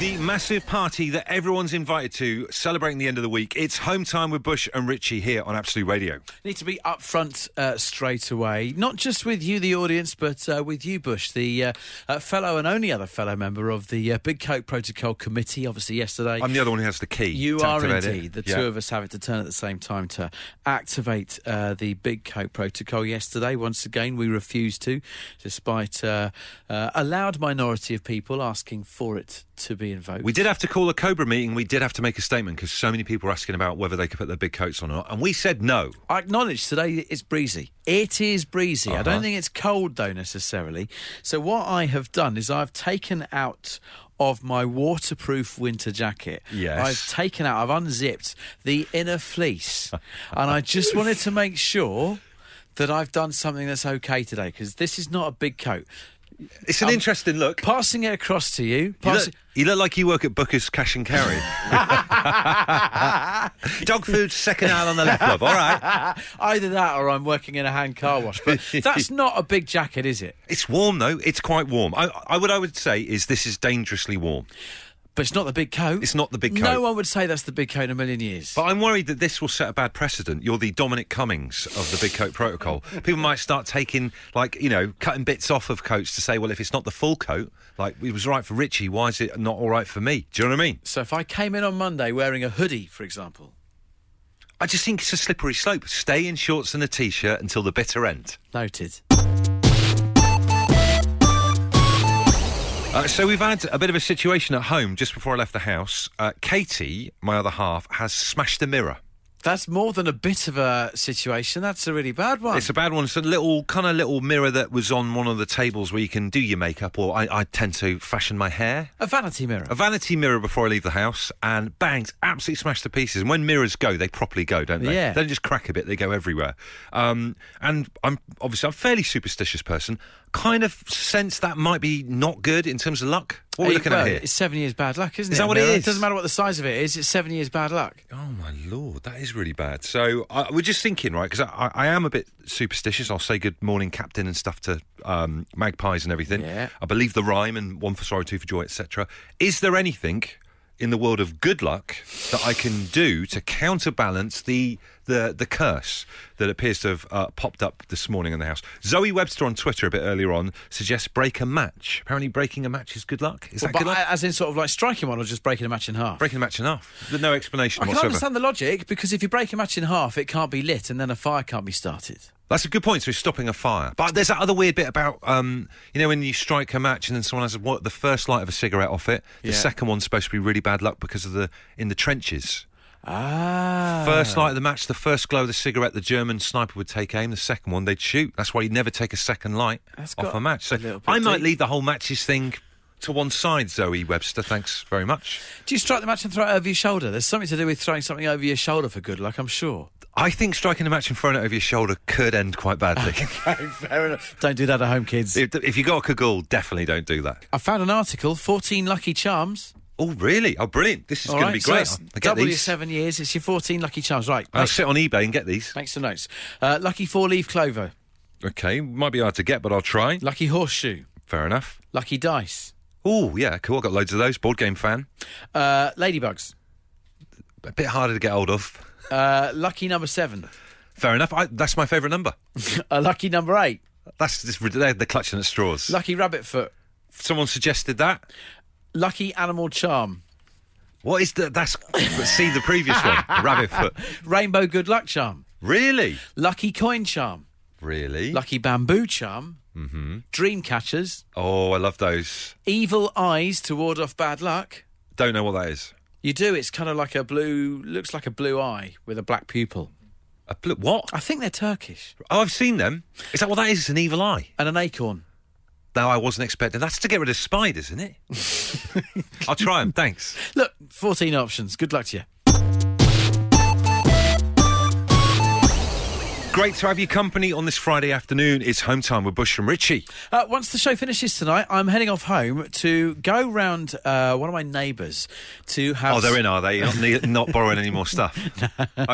The massive party that everyone's invited to celebrating the end of the week. It's home time with Bush and Richie here on Absolute Radio. Need to be upfront uh, straight away, not just with you, the audience, but uh, with you, Bush, the uh, uh, fellow and only other fellow member of the uh, Big Coke Protocol Committee. Obviously, yesterday. I'm the other one who has the key. you to are activate it. indeed. The Yeah. two of us having to turn at the same time to activate uh, the Big Coke protocol yesterday. Once again, we refused to, despite uh, uh, a loud minority of people asking for it to be invoked. We did have to call a Cobra meeting. We did have to make a statement because so many people were asking about whether they could put their big coats on or not. And we said no. I acknowledge today it's breezy. It is breezy. I Uh-huh. don't think it's cold though necessarily. So what I have done is I've taken out of my waterproof winter jacket. Yes. I've taken out, I've unzipped the inner fleece. and I just wanted to make sure that I've done something that's okay today because this is not a big coat. It's an interesting look. Passing it across to you. You Um, Pass- look, you look like you work at Booker's Cash and Carry. Dog food, second aisle on the left, love. All right. Either that or I'm working in a hand car wash. But that's not a big jacket, is it? It's warm, though. It's quite warm. I, I, what I would say is this is dangerously warm. But it's not the big coat. It's not the big No coat. one would say that's the big coat in a million years. But I'm worried that this will set a bad precedent. You're the Dominic Cummings of the Big Coat Protocol. People might start taking, like, you know, cutting bits off of coats to say, well, if it's not the full coat, like, it was right for Richie, why is it not all right for me? Do you know what I mean? so if I came in on Monday wearing a hoodie, for example, I just think it's a slippery slope. Stay in shorts and a t shirt until the bitter end. noted. Uh, so we've had a bit of a situation at home just before I left the house. Uh, Katie, my other half, has smashed a mirror. That's more than a bit of a situation. That's a really bad one. It's a bad one. It's a little kind of little mirror that was on one of the tables where you can do your makeup, or I, I tend to fashion my hair. a vanity mirror. A vanity mirror before I leave the house, and banged, absolutely smashed to pieces. And when mirrors go, they properly go, don't they? Yeah. They don't just crack a bit; they go everywhere. Um, and I'm obviously I'm a fairly superstitious person. Kind of sense that might be not good in terms of luck. What are we Hey, looking well, at here? It's seven years bad luck, isn't Is it? that a what it mirror? is? doesn't matter what the size of it is. It's seven years bad luck. Oh my lord, that is really bad. So I, we're just thinking, right? Because I, I am a bit superstitious. I'll say good morning, captain, and stuff to um, magpies and everything. Yeah. I believe the rhyme and one for sorrow, two for joy, etc. Is there anything in the world of good luck that I can do to counterbalance the the the curse that appears to have uh, popped up this morning in the house? Zoe Webster on Twitter a bit earlier on suggests break a match. Apparently, breaking a match is good luck. Is that But good luck? as in sort of like striking one or just breaking a match in half. breaking a match enough. No explanation I can whatsoever. understand the logic because if you break a match in half, it can't be lit and then a fire can't be started. That's a good point. So he's stopping a fire. But there's that other weird bit about, um, you know, when you strike a match and then someone has what, the first light of a cigarette off it. The Yeah. second one's supposed to be really bad luck because of the in the trenches. Ah. First light of the match, the first glow of the cigarette, the German sniper would take aim. The second one, they'd shoot. That's why you never take a second light That's off got a match. So a little bit I might deep. leave the whole matches thing to one side, Zoe Webster. Thanks very much. Do you strike the match and throw it over your shoulder? There's something to do with throwing something over your shoulder for good luck, I'm sure. I think striking a match and throwing it over your shoulder could end quite badly. Fair enough. Don't do that at home, kids. if, if you got a Kagul, definitely don't do that. I found an article, 14 Lucky Charms. Oh, really? Oh, brilliant. This is All going right, to be so great. that's I get double your these. seven years. It's your 14 Lucky Charms. Right, I'll make, sit on eBay and get these. make some notes. Uh, lucky four-leaf clover. Okay, might be hard to get, but I'll try. Lucky horseshoe. Fair enough. Lucky dice. Oh, yeah, cool. I've got loads of those. Board game fan. Uh, ladybugs. A bit harder to get hold of. Uh, lucky number seven. Fair enough. I, that's my favourite number. Uh, lucky number eight. That's just, rid- they're, they're clutching at straws. Lucky rabbit foot. Someone suggested that. Lucky animal charm. What is the? That's see the previous one. Rabbit foot. Rainbow good luck charm. Really? Lucky coin charm. Really? Lucky bamboo charm. Mm-hmm. Dream catchers. oh, I love those. Evil eyes to ward off bad luck. Don't know what that is. You do. It's kind of like a blue, looks like a blue eye with a black pupil. A bl- what? I think they're Turkish. Oh, I've seen them. Is that what that is? It's an evil eye. And an acorn. No, I wasn't expecting. That's to get rid of spiders, isn't it? I'll try them. Thanks. Look, 14 options. Good luck to you. Great to have your company on this Friday afternoon. It's home time with Bush and Richie. Uh, once the show finishes tonight, I'm heading off home to go round uh, one of my neighbours to have. Oh, they're in, are they? You're Not, ne- not borrowing any more stuff. Okay.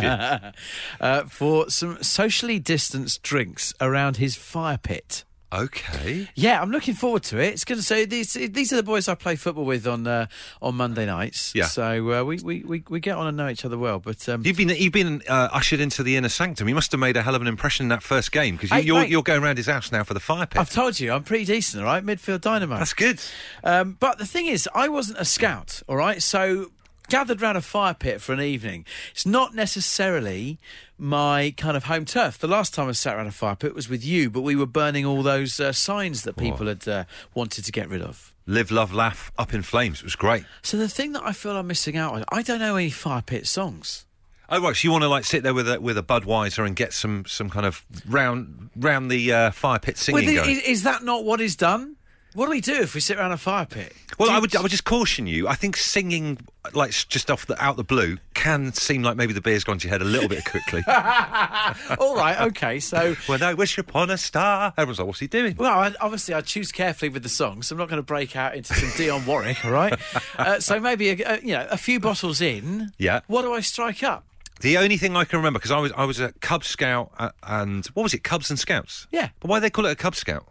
good. uh, for some socially distanced drinks around his fire pit. Okay. Yeah, I'm looking forward to it. It's going to say these these are the boys I play football with on uh, on Monday nights. Yeah. So uh, we, we, we, we get on and know each other well. But um, You've been you've been uh, ushered into the inner sanctum. You must have made a hell of an impression in that first game because you, Hey, you're mate. you're going around his house now for the fire pit. I've told you, I'm pretty decent, all right? Midfield dynamo. That's good. Um, but the thing is, I wasn't a scout, all right? So gathered round a fire pit for an evening. It's not necessarily my kind of home turf. The last time I sat around a fire pit was with you, but we were burning all those uh, signs that people had uh, wanted to get rid of. Live, love, laugh, up in flames. It was great. So the thing that I feel I'm missing out on, I don't know any fire pit songs. Oh right, so you want to like sit there with a with a Budweiser and get some some kind of round round the uh, fire pit singing Well, going. is, is that not what is done? What do we do if we sit around a fire pit? well, Do you- I would I would just caution you. I think singing like s- just off the out the blue can seem like maybe the beer's gone to your head a little bit quickly. All right, okay. So, when I wish upon a star, everyone's like, "What's he doing?" well, I, obviously, I choose carefully with the songs. I'm not going to break out into some Dion Warwick, all right? Uh, so maybe a, a, you know a few bottles in. Yeah. What do I strike up? The only thing I can remember because I was I was a Cub Scout uh, and what was it? Cubs and Scouts. Yeah. But why do they call it a Cub Scout?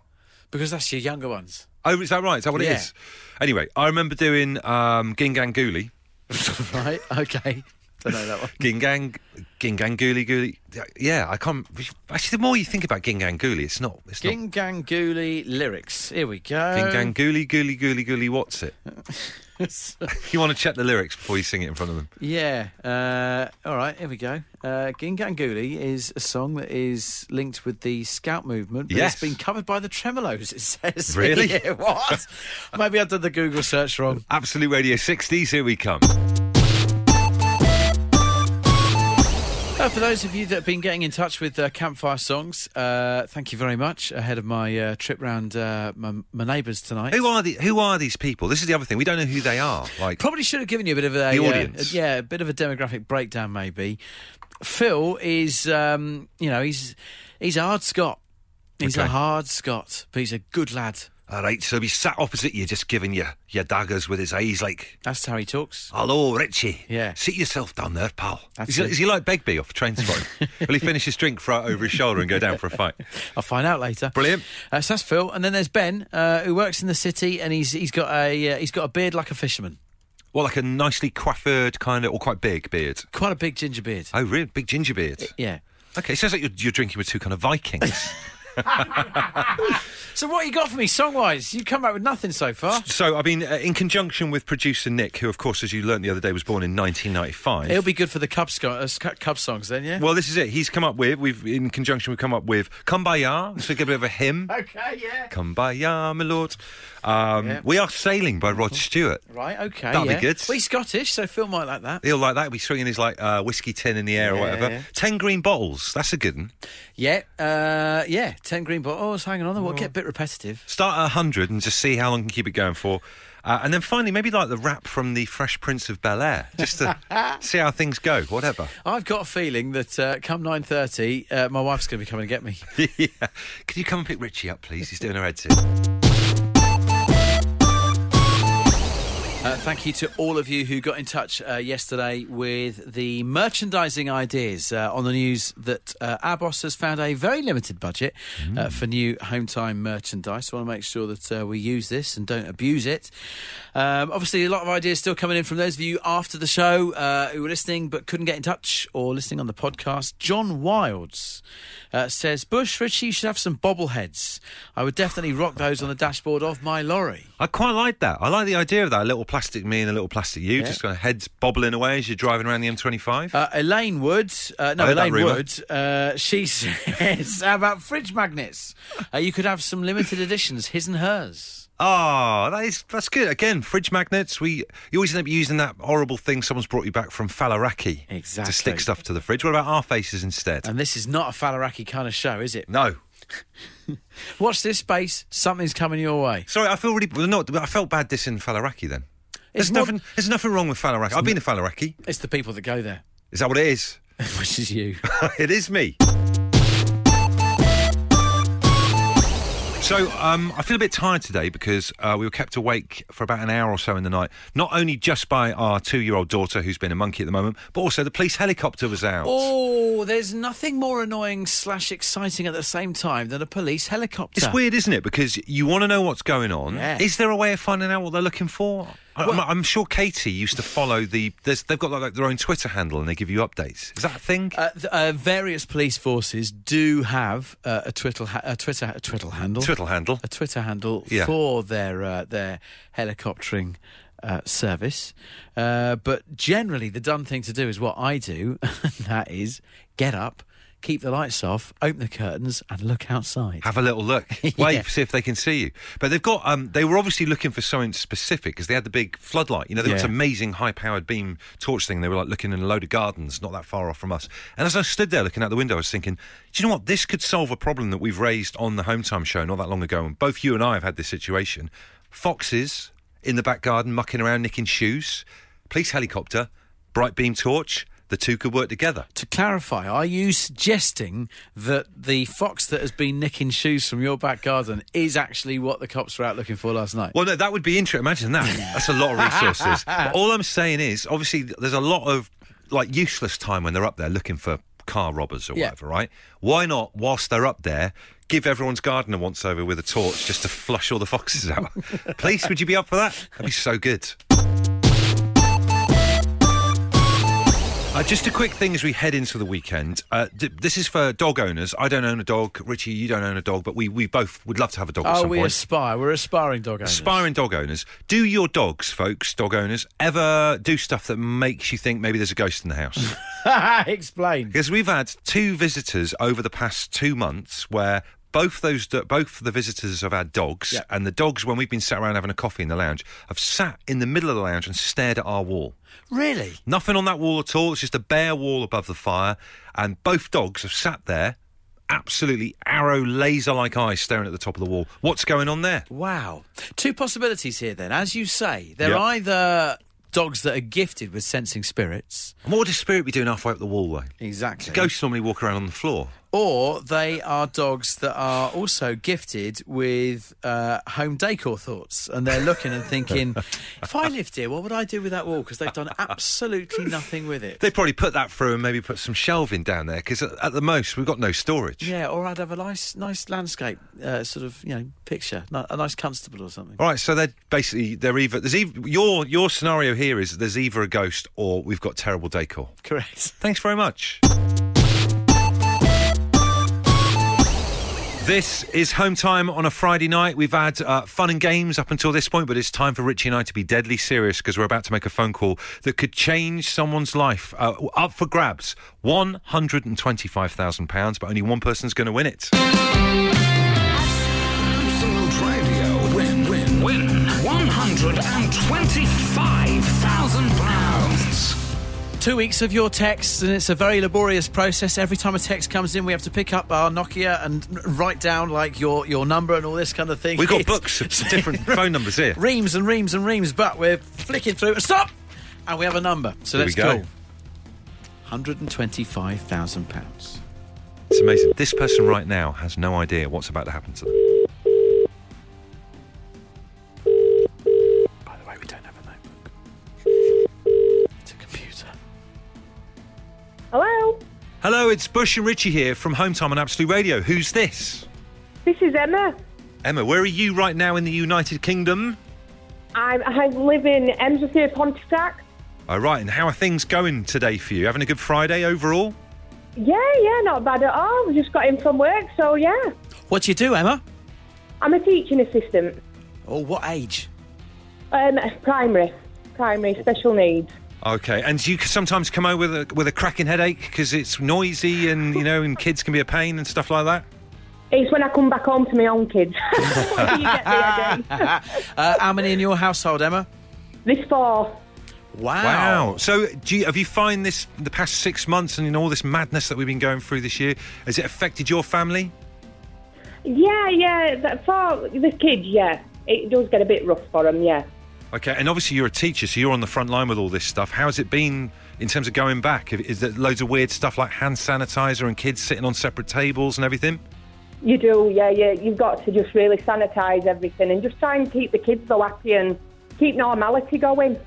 Because that's your younger ones. Oh, is that right? Is that what it Yeah. is? Anyway, I remember doing um, Gingangooli. right? Okay. Don't know that one. Gingang, Gingangooli, Gooli. Yeah, I can't. Actually, the more you think about Gingangooli, it's not. It's Ging Gang Ghoulie lyrics. Here we go. not. Gingangooli, Gooli, Gooli, Gooli. What's it? You want to check the lyrics before you sing it in front of them. Yeah. Uh, all right. Here we go. Uh, Gingangooli is a song that is linked with the Scout movement. But Yes. It's been covered by the Tremolos. It says. Really? here. what? Maybe I did the Google search wrong. Absolute Radio 60s. Here we come. Uh, for those of you that have been getting in touch with uh, campfire songs, uh, thank you very much. Ahead of my uh, trip round uh, my, my neighbours tonight. Who are the Who are these people? This is the other thing. We don't know who they are. Like, Probably should have given you a bit of a The uh, audience. yeah, a bit of a demographic breakdown, maybe. Phil is, um, you know, he's he's a hard Scot. He's a Okay. hard Scot, but he's a good lad. all right. So he sat opposite you, just giving you your daggers with his eyes, like. That's how he talks. Hello, Richie. Yeah. Sit yourself down there, pal. That's Is he, it. is he like Begbie off Train Spotting? Will he finish his drink, throw it over his shoulder, and go down for a fight? I'll find out later. Brilliant. Uh, so that's Phil, and then there's Ben, uh, who works in the city, and he's he's got a uh, he's got a beard like a fisherman, Well, like a nicely coiffured kind of, or quite big beard. quite a big ginger beard. Oh, really? Big ginger beard. Yeah. Okay, it sounds like you're, you're drinking with two kind of Vikings. So what you got for me song wise? You come out with nothing so far. so, I mean, uh, in conjunction with producer Nick, who, of course, as you learnt the other day, was born in 1995. It'll be good for the Cub, sco- uh, sc- Cub songs then, yeah. well, this is it. He's come up with, we've in conjunction, we've come up with Kumbaya. So, give a bit of a hymn. Okay, yeah. Kumbaya, my lord. Um, Yeah. We Are Sailing by Rod Stewart. Right, okay. That'll be yeah. good. Well, he's Scottish, so Phil might like that. He'll like that. He'll be swinging his like uh, whiskey tin in the air or Yeah, whatever. yeah. Ten green bottles. That's a good one. Yeah, uh, yeah. Ten green bottles. Hang on, that will get a bit repetitive. Start at hundred and just see how long you can keep it going for. Uh, and then finally, maybe like the rap from the Fresh Prince of Bel Air, just to see how things go. Whatever. I've got a feeling that uh, come nine thirty, uh, my wife's going to be coming to get me. yeah. Could you come and pick Richie up, please? He's doing her head in. Uh, thank you to all of you who got in touch uh, yesterday with the merchandising ideas uh, on the news that uh, Abos has found a very limited budget uh, for new home time merchandise. So I want to make sure that uh, we use this and don't abuse it. Um, obviously, a lot of ideas still coming in from those of you after the show uh, who were listening but couldn't get in touch or listening on the podcast. John Wilds uh, says, Bush, Richie, you should have some bobbleheads. I would definitely rock those on the dashboard of my lorry. I quite like that. I like the idea of that. A little plastic me and a little plastic you, just kind of heads bobbling away as you're driving around the M25. Uh, Elaine Woods, uh, no, I heard that Elaine rumour. Wood, uh, she says, how about fridge magnets? Uh, you could have some limited editions, his and hers. Ah, that is that's good. Again, fridge magnets. We you always end up using that horrible thing someone's brought you back from Falaraki to Exactly. stick stuff to the fridge. What about our faces instead? And this is not a Falaraki kind of show, is it? no, Watch this space, something's coming your way. sorry, I feel really well, not. I felt bad dissing Falaraki then. There's It's more- nothing. There's nothing wrong with Falaraki. I've been to Falaraki. It's the people that go there, Is that what it is? which is you. it is me. So um, I feel a bit tired today because uh, we were kept awake for about an hour or so in the night, not only just by our two-year-old daughter who's been a monkey at the moment, but also the police helicopter was out. Oh, there's nothing more annoying slash exciting at the same time than a police helicopter. It's weird, isn't it? Because you want to know what's going on. Yeah. Is there a way of finding out what they're looking for? I- Well- I'm, I'm sure Katie used to follow the. There's, they've got like their own Twitter handle and they give you updates. Is that a thing? Uh, th- uh, various police forces do have uh, a Twitter ha- a Twitter a Twitter handle Twitter handle. a Twitter handle Yeah. for their uh, their helicoptering uh, service. Uh, but generally, the done thing to do is what I do, and that is get up, keep the lights off, open the curtains, and look outside. Have a little look, wave, see if they can see you. But they've got. Um, they were obviously looking for something specific because they had the big floodlight. You know, they got Yeah. this amazing high-powered beam torch thing. They were like looking in a load of gardens, not that far off from us. And as I stood there looking out the window, I was thinking, do you know what? This could solve a problem that we've raised on the Home Time show not that long ago. And both you and I have had this situation: foxes in the back garden mucking around, nicking shoes, police helicopter, bright beam torch. The two could work together. to clarify, are you suggesting that the fox that has been nicking shoes from your back garden is actually what the cops were out looking for last night? Well, no, that would be interesting. Imagine that. That's a lot of resources. But all I'm saying is, obviously, th- there's a lot of like useless time when they're up there looking for car robbers or Yeah. whatever, right? Why not, whilst they're up there, give everyone's gardener once over with a torch just to flush all the foxes out? Police, would you be up for that? That'd be so good. Uh, just a quick thing as we head into the weekend. Uh, d- this is for dog owners. I don't own a dog. Richie, you don't own a dog, but we, we both would love to have a dog at Oh, some we point. aspire. We're aspiring dog owners. Aspiring dog owners, do your dogs, folks, dog owners, ever do stuff that makes you think maybe there's a ghost in the house? Explain. because we've had two visitors over the past two months where both those do- both the visitors have had dogs, Yeah. and the dogs, when we've been sat around having a coffee in the lounge, have sat in the middle of the lounge and stared at our wall. Really? Nothing on that wall at all. It's just a bare wall above the fire, and both dogs have sat there, absolutely arrow laser like eyes staring at the top of the wall. What's going on there? Wow. Two possibilities here then. As you say, they're Yeah. either dogs that are gifted with sensing spirits. And what would a spirit be doing halfway up the wall, though? Exactly. Ghosts normally walk around on the floor. Or they are dogs that are also gifted with uh, home decor thoughts, and they're looking and thinking, "If I lived here, what would I do with that wall?" Because they've done absolutely nothing with it. They probably put that through and maybe put some shelving down there because at, at the most we've got no storage. Yeah, or I'd have a nice, nice landscape, uh, sort of, you know, picture, ni- a nice constable or something. All right, so they're basically they're either there's either, your your scenario here is there's either a ghost or we've got terrible decor. Correct. Thanks very much. This is home time on a Friday night. We've had uh, fun and games up until this point, but it's time for Richie and I to be deadly serious because we're about to make a phone call that could change someone's life. Uh, up for grabs, £125,000, but only one person's going to win it. Absolute Radio win win win one hundred and twenty five thousand pounds. Two weeks of your texts, and it's a very laborious process. Every time a text comes in, we have to pick up our Nokia and r- write down like your your number and all this kind of thing. We've got It's- books of different phone numbers here. reams and reams and reams, but we're flicking through. Stop! And we have a number. So Here let's we go. call. £125,000. It's amazing. This person right now has no idea what's about to happen to them. By the way, we don't have a notebook. It's a computer. Hello, Hello, it's Bush and Richie here from Home Time on Absolute Radio. Who's this? this is Emma. Emma, where are you right now in the United Kingdom? I'm, I live in Emsworth, Pontefract. All right, and how are things going today for you? Having a good Friday overall? Yeah, yeah, not bad at all. Just got in from work, so yeah. What do you do, Emma? I'm a teaching assistant, Or what age? um, primary, primary special needs. Okay, and do you sometimes come over with a, with a cracking headache because it's noisy and you know, and kids can be a pain and stuff like that. It's when I come back home to my own kids. When you get there, Dave. Uh, how many in your household, Emma? this fall, Wow. So, do you, have you find this the past six months and in all this madness that we've been going through this year? Has it affected your family? yeah, yeah, that for the kids, yeah, it does get a bit rough for them, yeah. Okay, and obviously you're a teacher, so you're on the front line with all this stuff. How has it been in terms of going back? Have- Is there loads of weird stuff like hand sanitizer and kids sitting on separate tables and everything? You do, yeah, yeah. You've got to just really sanitise everything and just try and keep the kids though happy and keep normality going.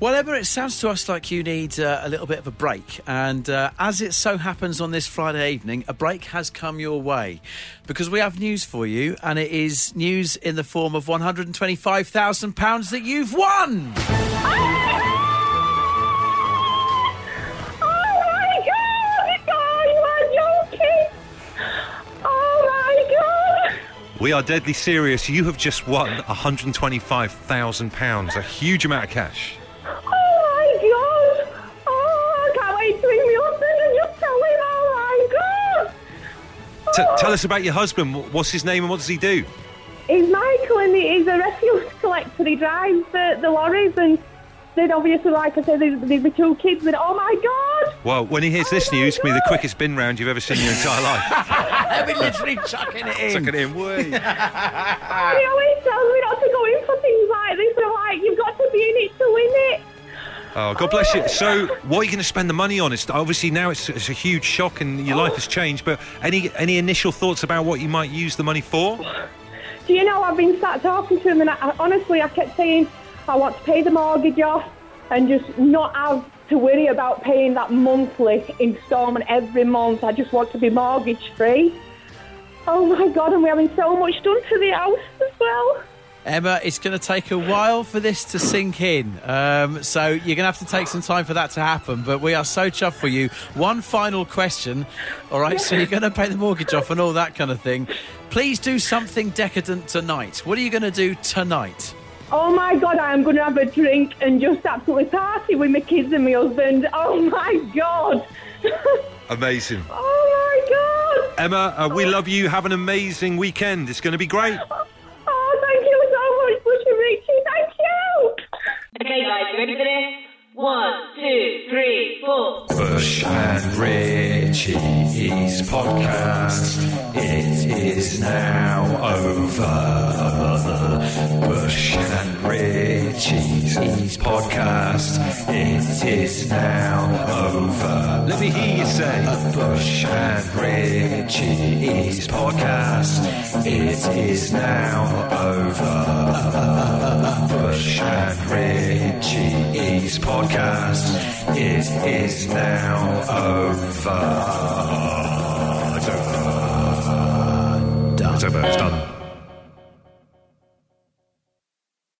Well, Emma, it sounds to us like you need uh, a little bit of a break. And uh, as it so happens on this Friday evening, a break has come your way because we have news for you, and it is news in the form of £125,000 that you've won. Oh my god! Oh, you are joking! Oh my god! We are deadly serious. You have just won £125,000, a huge amount of cash. Oh my god! Oh, I can't wait to ring me up and just tell him. Oh my god! T- tell us about your husband. Wh- What's his name and what does he do? He's Michael and he- he's a refuse collector. He drives the, the lorries and then obviously, like I said, there's, there's the two kids and oh my god! Well, when he hears Oh this my news, it's going to be the God. quickest bin round you've ever seen in your entire life. I've been literally chucking it in. Tucking it in, way. He always tells me not to go in for things like this. I'm like, you've got to be in it to win it. Oh, God bless you. So, what are you going to spend the money on? It's obviously now it's, it's a huge shock and your life has changed. But any any initial thoughts about what you might use the money for? Do you know, I've been sat talking to him and I, I, honestly, I kept saying, I want to pay the mortgage off and just not have to worry about paying that monthly instalment every month. I just want to be mortgage free. Oh my God, and we're having so much done to the house as well. Emma, it's going to take a while for this to sink in. Um, so you're going to have to take some time for that to happen. But we are so chuffed for you. One final question. All right, so you're going to pay the mortgage off and all that kind of thing. Please do something decadent tonight. What are you going to do tonight? Oh my God, I am going to have a drink and just absolutely party with my kids and my husband. Oh my God. Amazing. oh my God. Emma, uh, we love you. Have an amazing weekend. It's going to be great. Oh, thank you so much, Bush and Richie. Thank you. Okay, guys, you ready for this? One, two, three, four. Bush and Richie's podcast. It is now over. Bush and Richie's podcast. It is now over. Let me hear you say. A Bush and Richie's podcast. It is now over. Bush and Richie's podcast. It is now over. It's over. It's done.